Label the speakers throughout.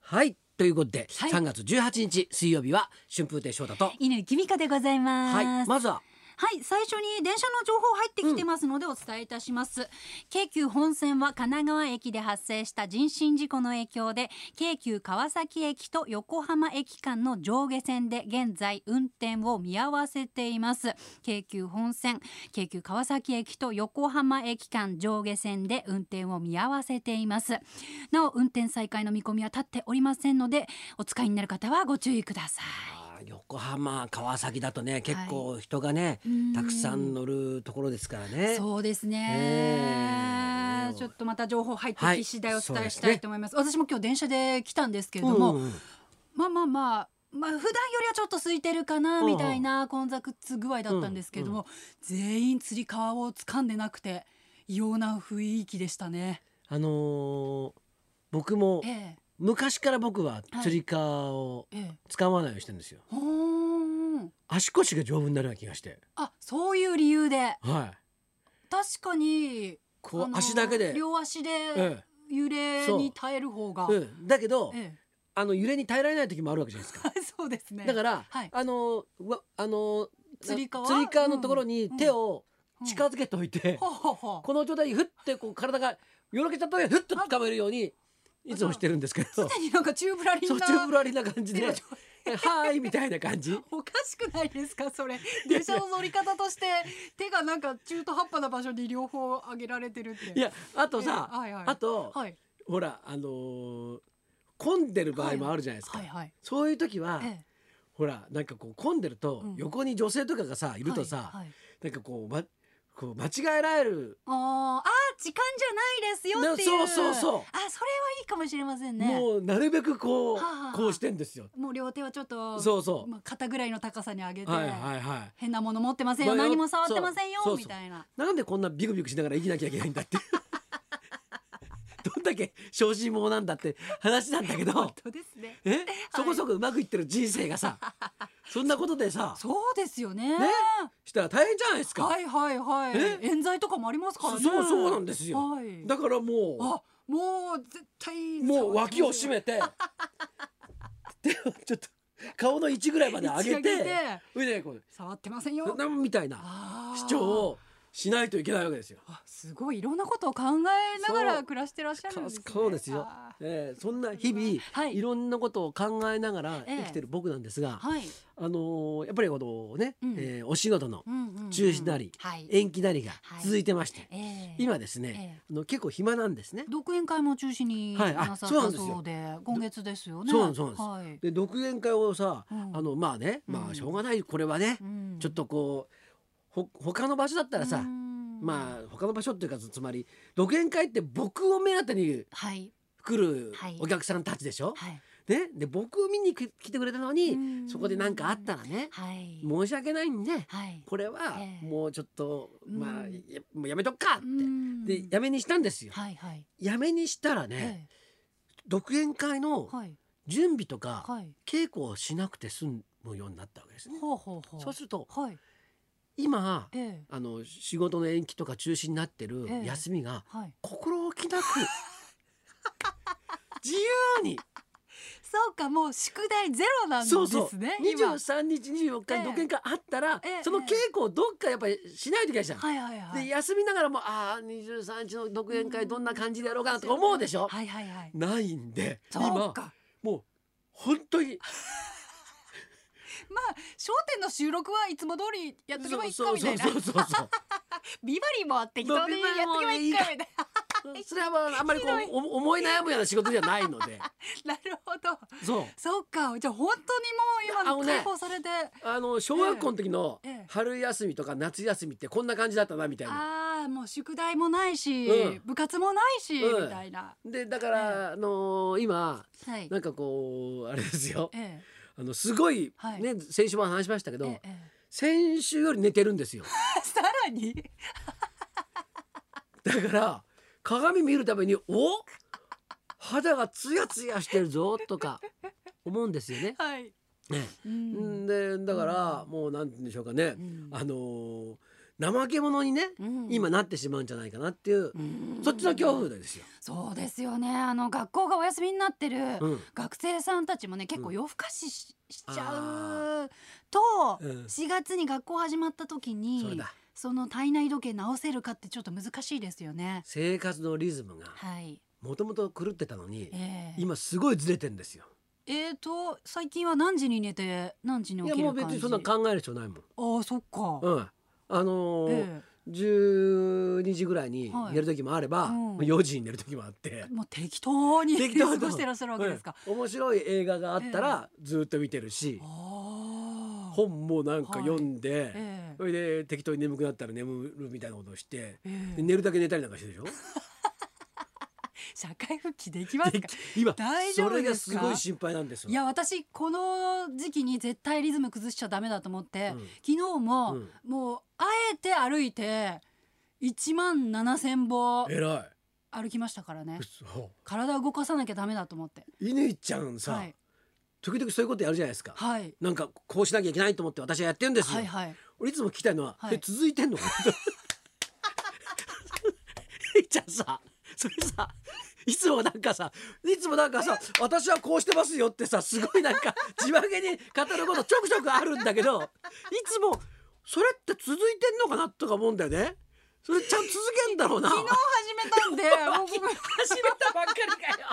Speaker 1: はいということで、
Speaker 2: はい
Speaker 1: 3月18日水曜日は春風亭昇太と
Speaker 2: 犬きみかでございます。
Speaker 1: はいまずは
Speaker 2: はい最初に電車の情報入ってきてますのでお伝えいたします、京急本線は神奈川駅で発生した人身事故の影響で京急川崎駅と横浜駅間の上下線で現在運転を見合わせています京急本線京急川崎駅と横浜駅間上下線で運転を見合わせていますなお運転再開の見込みは立っておりませんのでお使いになる方はご注意ください
Speaker 1: あー横浜川崎だとね結構人がね、
Speaker 2: うん
Speaker 1: たくさん乗るところですからね
Speaker 2: そうです
Speaker 1: ね
Speaker 2: ね
Speaker 1: え。
Speaker 2: ちょっとまた情報入って
Speaker 1: はい
Speaker 2: き次第お伝えし
Speaker 1: そうです
Speaker 2: た
Speaker 1: ね
Speaker 2: いと思います。私も今日電車で来たんですけれ
Speaker 1: う
Speaker 2: ども、
Speaker 1: んうん
Speaker 2: まあまあまあ。まあ普段よりはちょっと空いてるかな
Speaker 1: うんうん
Speaker 2: みたいな混雑具合だったんですけれども、全員つり革を掴んでなくて異様な雰囲気でしたね。
Speaker 1: あのー僕も
Speaker 2: ええ
Speaker 1: 昔から僕は釣り革を
Speaker 2: ええ。
Speaker 1: 使わないようにしてるんですよ、
Speaker 2: ほーん。
Speaker 1: 足腰が丈夫になるような気がして
Speaker 2: あそういう理由で
Speaker 1: はい
Speaker 2: 確かに
Speaker 1: こ
Speaker 2: あ
Speaker 1: う
Speaker 2: の
Speaker 1: 足だけで、
Speaker 2: 両足で
Speaker 1: え
Speaker 2: 揺れに耐える方が、
Speaker 1: えうん、だけど、
Speaker 2: え
Speaker 1: あの揺れに耐えられない時もあるわけじゃないですか
Speaker 2: え、 そうですね。
Speaker 1: だから、
Speaker 2: はい
Speaker 1: あのうわあの
Speaker 2: つり革
Speaker 1: つり革のところに
Speaker 2: うん
Speaker 1: 手を
Speaker 2: うん
Speaker 1: 近づけておいて、
Speaker 2: ほうほうほう
Speaker 1: この状態にふってこう体がよろけちゃった時にふっと掴めるようにいつもしてるんですけど
Speaker 2: 常になんかチューブラリン
Speaker 1: そう
Speaker 2: な
Speaker 1: チューブラリな感じで
Speaker 2: 手の
Speaker 1: は
Speaker 2: 状態
Speaker 1: ーいみたいな感 じ
Speaker 2: おかしくないですかそれ電車の乗り方 として手がなんか中途半端な場所に両方上げられてるって
Speaker 1: いやあとさ、
Speaker 2: ええはいはい
Speaker 1: あと、
Speaker 2: はい
Speaker 1: ほらあのー混んでる場合もあるじゃないですか、
Speaker 2: はいはい
Speaker 1: そういう時は、
Speaker 2: ええ
Speaker 1: ほらなんかこう混んでると、
Speaker 2: うん
Speaker 1: 横に女性とかがさいるとさ、
Speaker 2: はいはい
Speaker 1: なんかこう,、ま、こう間違えられる、
Speaker 2: あーあー時間じゃないですよってい
Speaker 1: ね
Speaker 2: う
Speaker 1: そうそうそう
Speaker 2: あそれはいいかもしれませんねも
Speaker 1: もうなるべくこう、
Speaker 2: はあはあ
Speaker 1: こうしてんですよ。
Speaker 2: う両手はちょっと
Speaker 1: そうそう、
Speaker 2: まあ、肩ぐらいの高さに上げて、
Speaker 1: はいはいはい。
Speaker 2: 変なもの持ってませんよ
Speaker 1: まあよ
Speaker 2: 何も触ってませんよ
Speaker 1: そうそう
Speaker 2: みたいな
Speaker 1: なんでこんなビクビクしながら生きなきゃいけないんだって。 どんだけ小心者なんだって話なんだけど
Speaker 2: 本、当ですね
Speaker 1: え、そこそこうまくいってる人生が さ、そんなことでさ、
Speaker 2: そうですよね
Speaker 1: ねしたら大変じゃないですか。
Speaker 2: はいはいはい
Speaker 1: え
Speaker 2: 冤罪とかもありますから
Speaker 1: そ
Speaker 2: ね
Speaker 1: そうそうなんですよ。
Speaker 2: はい
Speaker 1: だからも
Speaker 2: あもう絶対
Speaker 1: うもう脇を締
Speaker 2: め
Speaker 1: め て、手をちょっと顔の位置ぐらいまで上げ
Speaker 2: 一
Speaker 1: て、それでこう
Speaker 2: 触ってません
Speaker 1: そん
Speaker 2: よ
Speaker 1: なみたいな
Speaker 2: あー
Speaker 1: 主張をしないといけないわけですよ。
Speaker 2: あすごいいろんなことを考えなが
Speaker 1: そう
Speaker 2: ら暮らしてらっしゃるんですね
Speaker 1: そうですよ
Speaker 2: あ。
Speaker 1: えー、そんな日々、
Speaker 2: はい
Speaker 1: い、ろんなことを考えながら
Speaker 2: ええ
Speaker 1: 生きてる僕なんですが、
Speaker 2: ーはい、
Speaker 1: あのーやっぱりこのね、
Speaker 2: うん
Speaker 1: えーお仕事の
Speaker 2: うんうんうん
Speaker 1: 中止なり
Speaker 2: はい
Speaker 1: 延期なりが
Speaker 2: はい
Speaker 1: 続いてまして、
Speaker 2: えー
Speaker 1: 今ですね、あの結構暇なんですね。
Speaker 2: 独演会も中止に
Speaker 1: はいあ
Speaker 2: なさった
Speaker 1: そうなんですよ
Speaker 2: そうで、今月ですよね
Speaker 1: そうなんですそうなんです
Speaker 2: はい
Speaker 1: で独演会をさ、
Speaker 2: うん
Speaker 1: あのまあね、まあしょうがないこれはね、
Speaker 2: うん
Speaker 1: ちょっとこうほ他の場所だったらさ、
Speaker 2: うん
Speaker 1: まあ他の場所っていうかつまり独演会って僕を目当てに
Speaker 2: はい
Speaker 1: 来る
Speaker 2: はい
Speaker 1: お客さんたちでしょ。
Speaker 2: はい
Speaker 1: ね、で僕を見に来来てくれたのに
Speaker 2: うん
Speaker 1: そこで何かあったらね
Speaker 2: はい
Speaker 1: 申し訳ないんで
Speaker 2: はい
Speaker 1: これは
Speaker 2: ええ
Speaker 1: もうちょっと、
Speaker 2: うん
Speaker 1: まあやもうやめとくかっ
Speaker 2: う
Speaker 1: て
Speaker 2: ん
Speaker 1: でやめにしたんですよ。
Speaker 2: はいはい
Speaker 1: やめにしたらね、
Speaker 2: え
Speaker 1: 独演会の
Speaker 2: ーはい
Speaker 1: 準備とか
Speaker 2: はい
Speaker 1: 稽古をしなくて済むようになったわけですね。
Speaker 2: ほうほうほう
Speaker 1: そうすると
Speaker 2: はい
Speaker 1: 今
Speaker 2: ええ
Speaker 1: あの仕事の延期とか中止になってる
Speaker 2: ええ
Speaker 1: 休みが
Speaker 2: はい
Speaker 1: 心置き なく自由に
Speaker 2: そうかもう宿題ゼロなんです
Speaker 1: そ
Speaker 2: ね
Speaker 1: うそう。二
Speaker 2: 今
Speaker 1: 十三日、二十四日
Speaker 2: え
Speaker 1: に
Speaker 2: え
Speaker 1: 独演会あったら、
Speaker 2: ええ
Speaker 1: その稽古をどっかやっぱりしないといけないじゃん。
Speaker 2: はいはいはい
Speaker 1: で休みながらもああ二十三日の独演会どんな感じでやろうかなとか思うでしょ。
Speaker 2: はいはいはい
Speaker 1: ないんで
Speaker 2: そう
Speaker 1: 今
Speaker 2: か
Speaker 1: もう本当に
Speaker 2: まあ商店の収録はいつも通りやっとけばいいかみたいな
Speaker 1: そうそうそうそう。
Speaker 2: ビバリーも適当にやっとけばいいかみたい
Speaker 1: それはまああんまりこう
Speaker 2: ひどい
Speaker 1: お思い悩むような仕事じゃないので。
Speaker 2: ななるほど
Speaker 1: そう。
Speaker 2: そうかじゃあ本当に
Speaker 1: あ
Speaker 2: も
Speaker 1: の
Speaker 2: う今
Speaker 1: ね
Speaker 2: 解放されて
Speaker 1: あの小学校の時の
Speaker 2: ええ
Speaker 1: 春休みとか夏休みってこんな感じだったなみたいな。
Speaker 2: ああもう宿題もないし
Speaker 1: うん
Speaker 2: 部活もないし
Speaker 1: うん
Speaker 2: みたいな
Speaker 1: でだから、あのー今
Speaker 2: はい
Speaker 1: なんかこうあれですよ。
Speaker 2: ええ
Speaker 1: あのすごい、
Speaker 2: はい
Speaker 1: ね先週も話しましたけど、
Speaker 2: ええ
Speaker 1: 先週より寝てるんですよ
Speaker 2: さらに
Speaker 1: だから鏡見るためにお肌がツヤツヤしてるぞとか思うんですよね。
Speaker 2: はい
Speaker 1: ね
Speaker 2: う
Speaker 1: うんんでだからもうなんて言うんでしょうかね、
Speaker 2: うん
Speaker 1: あのー怠け者にね、
Speaker 2: うん
Speaker 1: 今なってしまうんじゃないかなっていう、
Speaker 2: うん
Speaker 1: そっちの恐怖ですよ。
Speaker 2: そうですよねあの学校がお休みになってる、
Speaker 1: うん
Speaker 2: 学生さんたちもね結
Speaker 1: う
Speaker 2: 構
Speaker 1: ん
Speaker 2: 夜更かしししちゃ
Speaker 1: あ
Speaker 2: うと、
Speaker 1: うん
Speaker 2: 4月に学校始まった時
Speaker 1: それ
Speaker 2: に
Speaker 1: だ
Speaker 2: その体内時計直せるかってちょっと難しいですよね。
Speaker 1: 生活のリズムが
Speaker 2: はい、
Speaker 1: もともと狂ってたのに、
Speaker 2: ええ
Speaker 1: 今すごいずれてんですよ。
Speaker 2: えーと最近は何時に寝て何時に
Speaker 1: い
Speaker 2: 起
Speaker 1: や
Speaker 2: きる
Speaker 1: も
Speaker 2: 感
Speaker 1: う
Speaker 2: じ
Speaker 1: 別にそんな考える必要ないもん。
Speaker 2: ああそっか、
Speaker 1: うん、あのー
Speaker 2: え
Speaker 1: 12時ぐらいに
Speaker 2: はい
Speaker 1: 寝る時もあれば、
Speaker 2: うん
Speaker 1: 4時に寝る時もあって
Speaker 2: え、もう適当に
Speaker 1: 適当
Speaker 2: 過
Speaker 1: に
Speaker 2: ごしてらっしゃるわけですか。
Speaker 1: うん面白い映画があったらずっと見てるし、
Speaker 2: ああ、
Speaker 1: 本もなんか読んで、
Speaker 2: え
Speaker 1: それで適当に眠くなったら眠るみたいなことをして、
Speaker 2: ええ
Speaker 1: で
Speaker 2: え
Speaker 1: 寝るだけ寝たりなんかしてるでしょ
Speaker 2: 社会復帰できますか
Speaker 1: で今
Speaker 2: 大丈
Speaker 1: そ
Speaker 2: 夫
Speaker 1: れ
Speaker 2: で
Speaker 1: が
Speaker 2: す
Speaker 1: す
Speaker 2: か
Speaker 1: ごい心配なんですよ
Speaker 2: い。や私この時期に絶対リズム崩しちゃダメだと思って、
Speaker 1: うん
Speaker 2: 昨日も、
Speaker 1: うん
Speaker 2: もうあえて歩いて1万7,000歩
Speaker 1: えら
Speaker 2: 歩きましたからね
Speaker 1: い。嘘
Speaker 2: 体動かさなきゃダメだと思って
Speaker 1: 乾ちゃんさ、
Speaker 2: はい
Speaker 1: 時々そういうことやるじゃないですか。
Speaker 2: はい
Speaker 1: なんかこうしなきゃいけないと思って私はやってるんですよ。
Speaker 2: はいはい
Speaker 1: 俺いつも聞きたいのは、
Speaker 2: はい
Speaker 1: え続いてんのか なえちゃんさそれさいつもなんかさいつもなんかさ私はこうしてますよってさすごいなんか自慢げに語ることちょくちょくあるんだけどいつもそれって続いてんのかなとか思うんだよねそれちゃんと続けんだろうな
Speaker 2: 昨日 始めたんでもう僕続き
Speaker 1: 走れたばっかりかよ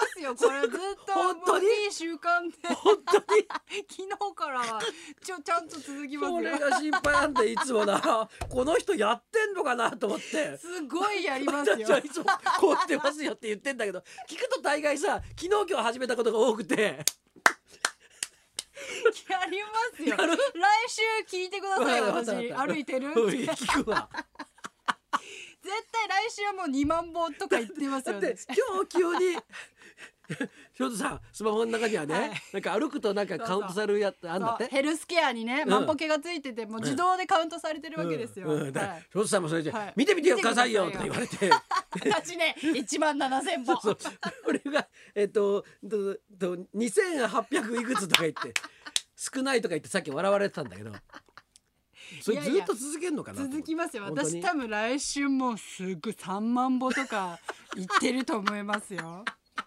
Speaker 2: ますよこれ ずっと
Speaker 1: 本当に
Speaker 2: もういい習慣で
Speaker 1: 本当に
Speaker 2: 昨日からはちょちゃんと続きます
Speaker 1: そ
Speaker 2: よ
Speaker 1: れが心配なんでいつもなこの人やってんのかなと思って
Speaker 2: すごいや ります
Speaker 1: 私は
Speaker 2: よ
Speaker 1: いつもこうしてますよって言ってんだけど聞くと大概さ昨日今日始めたことが多くて
Speaker 2: やりますよ
Speaker 1: やる
Speaker 2: 来週聞いてください
Speaker 1: わかったわ
Speaker 2: 私
Speaker 1: かった
Speaker 2: 歩いてる
Speaker 1: うん聞くわ
Speaker 2: 絶対来週はもう2万本とか言ってます
Speaker 1: だ
Speaker 2: よ
Speaker 1: っ
Speaker 2: ね
Speaker 1: て今日急にひょとさんスマホの中にはね、
Speaker 2: はい
Speaker 1: なんか歩くとなんかカウントされるやつあんだっ
Speaker 2: そう
Speaker 1: て
Speaker 2: ヘルスケアにね
Speaker 1: ん
Speaker 2: 万歩計がついててもう自動でカウントされてるわけですよ、
Speaker 1: うんうんだから
Speaker 2: はい
Speaker 1: ひょとさんもそれじゃ、
Speaker 2: はい
Speaker 1: 見てみてくださいよ
Speaker 2: 見
Speaker 1: と
Speaker 2: て
Speaker 1: か
Speaker 2: く
Speaker 1: 言
Speaker 2: だ
Speaker 1: われて
Speaker 2: 私ね1万7000歩
Speaker 1: そう俺がえっととと2800いくつとか言って少ないとか言ってさっき笑われてたんだけどそれずっと続けるのかなと思って
Speaker 2: 続きますよ
Speaker 1: 本当に
Speaker 2: 私多分来週もうすぐ3万歩とか行ってると思いま すよ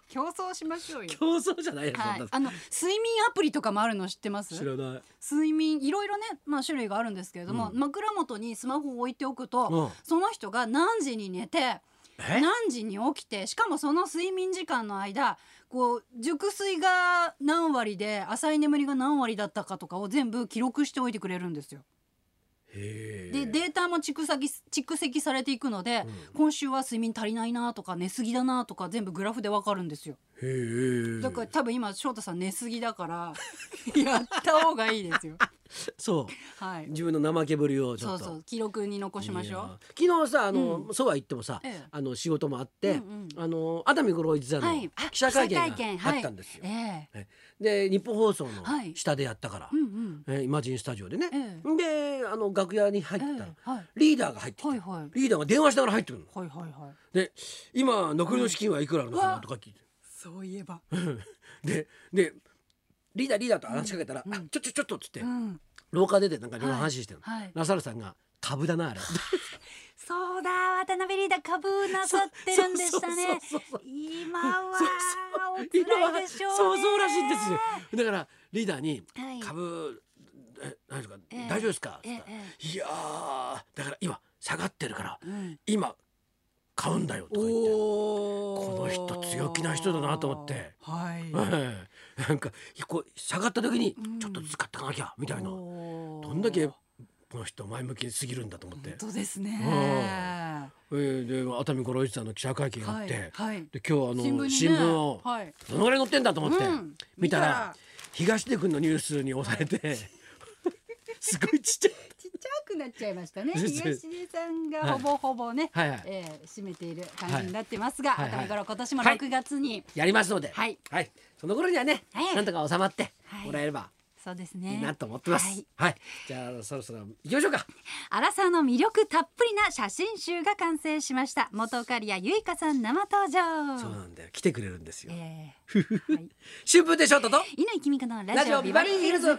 Speaker 2: 競争しましょうよ
Speaker 1: 競争じゃないよ、
Speaker 2: はい
Speaker 1: そん、な
Speaker 2: あの睡眠アプリとかもあるの知ってます
Speaker 1: 知らない
Speaker 2: 睡眠いろいろね、まあ、種類があるんですけれども、
Speaker 1: うん
Speaker 2: 枕元にスマホを置いておくと、
Speaker 1: うん
Speaker 2: その人が何時に寝て
Speaker 1: え
Speaker 2: 何時に起きてしかもその睡眠時間の間こう熟睡が何割で浅い眠りが何割だったかとかを全部記録しておいてくれるんですよ。
Speaker 1: へ
Speaker 2: でデータも蓄積蓄積されていくので、今週は睡眠足りないなとか寝すぎだなとか全部グラフでわかるんですよ。
Speaker 1: え
Speaker 2: だから多分今翔太さん寝すぎだから やった方がいいですよ。
Speaker 1: そう
Speaker 2: はい。
Speaker 1: 自分の怠けぶりをち
Speaker 2: そ
Speaker 1: ょ
Speaker 2: う
Speaker 1: っと
Speaker 2: そう記録に残しましょう。
Speaker 1: いや昨日さあの、
Speaker 2: う
Speaker 1: そうは言ってもさ、
Speaker 2: ええ
Speaker 1: あの仕事もあって、
Speaker 2: うんうん
Speaker 1: あの熱海五郎一座の
Speaker 2: はいあ
Speaker 1: 記者会見が
Speaker 2: 記者会見
Speaker 1: あ
Speaker 2: はい
Speaker 1: ったんですよ、
Speaker 2: ええ
Speaker 1: で日本放送の
Speaker 2: はい
Speaker 1: 下でやったから、
Speaker 2: うんうん。
Speaker 1: えーイマジンスタジオでね、
Speaker 2: え
Speaker 1: であの楽屋に入
Speaker 2: え
Speaker 1: っ
Speaker 2: え
Speaker 1: たら、
Speaker 2: はい。
Speaker 1: リーダーが入ってきて、
Speaker 2: はいはい
Speaker 1: リーダーが電話しながら入ってくるの
Speaker 2: はいはいはい。
Speaker 1: で今残りの資金はいくらあるのかなとか聞いて、
Speaker 2: そういえば。
Speaker 1: ででリーダーリーダーと話しかけたら「
Speaker 2: うん
Speaker 1: あちょちょちょっと」っつって、
Speaker 2: うん。
Speaker 1: 廊下出てなんかいろんな話してるの、
Speaker 2: はいはい
Speaker 1: ラサールさんが「株だなあ れ」
Speaker 2: そうだ渡辺リーダー株なさってるんでしたね
Speaker 1: そうそうそうそう
Speaker 2: 今は
Speaker 1: そう
Speaker 2: お
Speaker 1: そう
Speaker 2: 辛いでしょ
Speaker 1: 今
Speaker 2: う
Speaker 1: は
Speaker 2: ね
Speaker 1: そうそうらしいんですよだからリーダーに
Speaker 2: は
Speaker 1: 「
Speaker 2: い
Speaker 1: 株、え大丈夫か、
Speaker 2: ええ
Speaker 1: 大丈夫ですか?」って
Speaker 2: え
Speaker 1: 言ったらい
Speaker 2: え
Speaker 1: やーだから今下がってるから
Speaker 2: ええうん
Speaker 1: 今買うんだよ」とか言って。
Speaker 2: お
Speaker 1: この人強気な人だなと思って
Speaker 2: はい
Speaker 1: ええなんかこう下がった時に
Speaker 2: うん
Speaker 1: ちょっとずつ買ってかなきゃみたいな、ど
Speaker 2: ど
Speaker 1: んだけ
Speaker 2: 本
Speaker 1: この人前向きすぎるんだと思って、
Speaker 2: 当ですね
Speaker 1: うん
Speaker 2: は
Speaker 1: えーで熱海五郎一さんの記者会見
Speaker 2: い
Speaker 1: があって、
Speaker 2: はい
Speaker 1: で今日あの
Speaker 2: 新聞にね
Speaker 1: 新聞を
Speaker 2: はい
Speaker 1: どのぐらい載ってんだと思って、
Speaker 2: うん
Speaker 1: 見たら
Speaker 2: 見たら
Speaker 1: 東出君のニュースに押されて、 すごいちっちゃい
Speaker 2: ちっちゃくなっちゃいましたね
Speaker 1: 全然
Speaker 2: 東出さんがほぼほぼね
Speaker 1: はいはい
Speaker 2: ええ占めている感じになってますが
Speaker 1: はい
Speaker 2: 渡
Speaker 1: はいはい
Speaker 2: 辺から今年も6月に
Speaker 1: やりますので、
Speaker 2: はい
Speaker 1: その頃にはね、
Speaker 2: はい
Speaker 1: なんとか収まって
Speaker 2: はい
Speaker 1: もらえれば
Speaker 2: そうです
Speaker 1: い
Speaker 2: ね
Speaker 1: いなと思ってます。は
Speaker 2: はいい、
Speaker 1: じゃあそろそろ行きましょうか。
Speaker 2: アラサーの魅力たっぷりな写真集が完成しました元刈谷ゆいかさん生登場
Speaker 1: そうなんだよ来てくれるんですよ。
Speaker 2: え
Speaker 1: 春風亭昇太と
Speaker 2: ー、井上君香のラ
Speaker 1: ラ
Speaker 2: ジ
Speaker 1: ジ
Speaker 2: オ
Speaker 1: オ
Speaker 2: ビ
Speaker 1: ビ
Speaker 2: バ
Speaker 1: バ
Speaker 2: リ
Speaker 1: リ
Speaker 2: ー
Speaker 1: ー
Speaker 2: ヒ
Speaker 1: ヒ
Speaker 2: ル
Speaker 1: ル
Speaker 2: ズ
Speaker 1: ズ。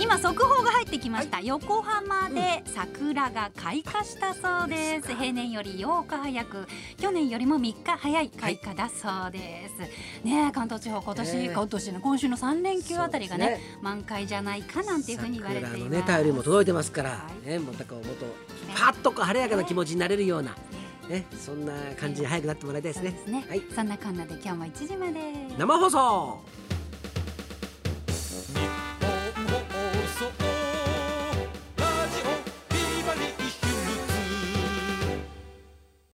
Speaker 2: 今速報が入ってきました、横浜で桜が開花したそうです、平年より8日早く去年よりも3日早い開花だそうです、ねえ関東地方今年、
Speaker 1: ねえ
Speaker 2: 今年の今週の3連休あたりがね
Speaker 1: そうです
Speaker 2: 満開じゃないかなんていうふうに言われています
Speaker 1: 桜のね便りも届いてますから、
Speaker 2: はい
Speaker 1: ねもっとこうもっとパッとこう晴れやかな気持ちになれるようなねそんな感じに早くなってもらいたいです
Speaker 2: そうで
Speaker 1: ね
Speaker 2: すね、
Speaker 1: はい
Speaker 2: そんなこんなで今日も1時まで
Speaker 1: 生放送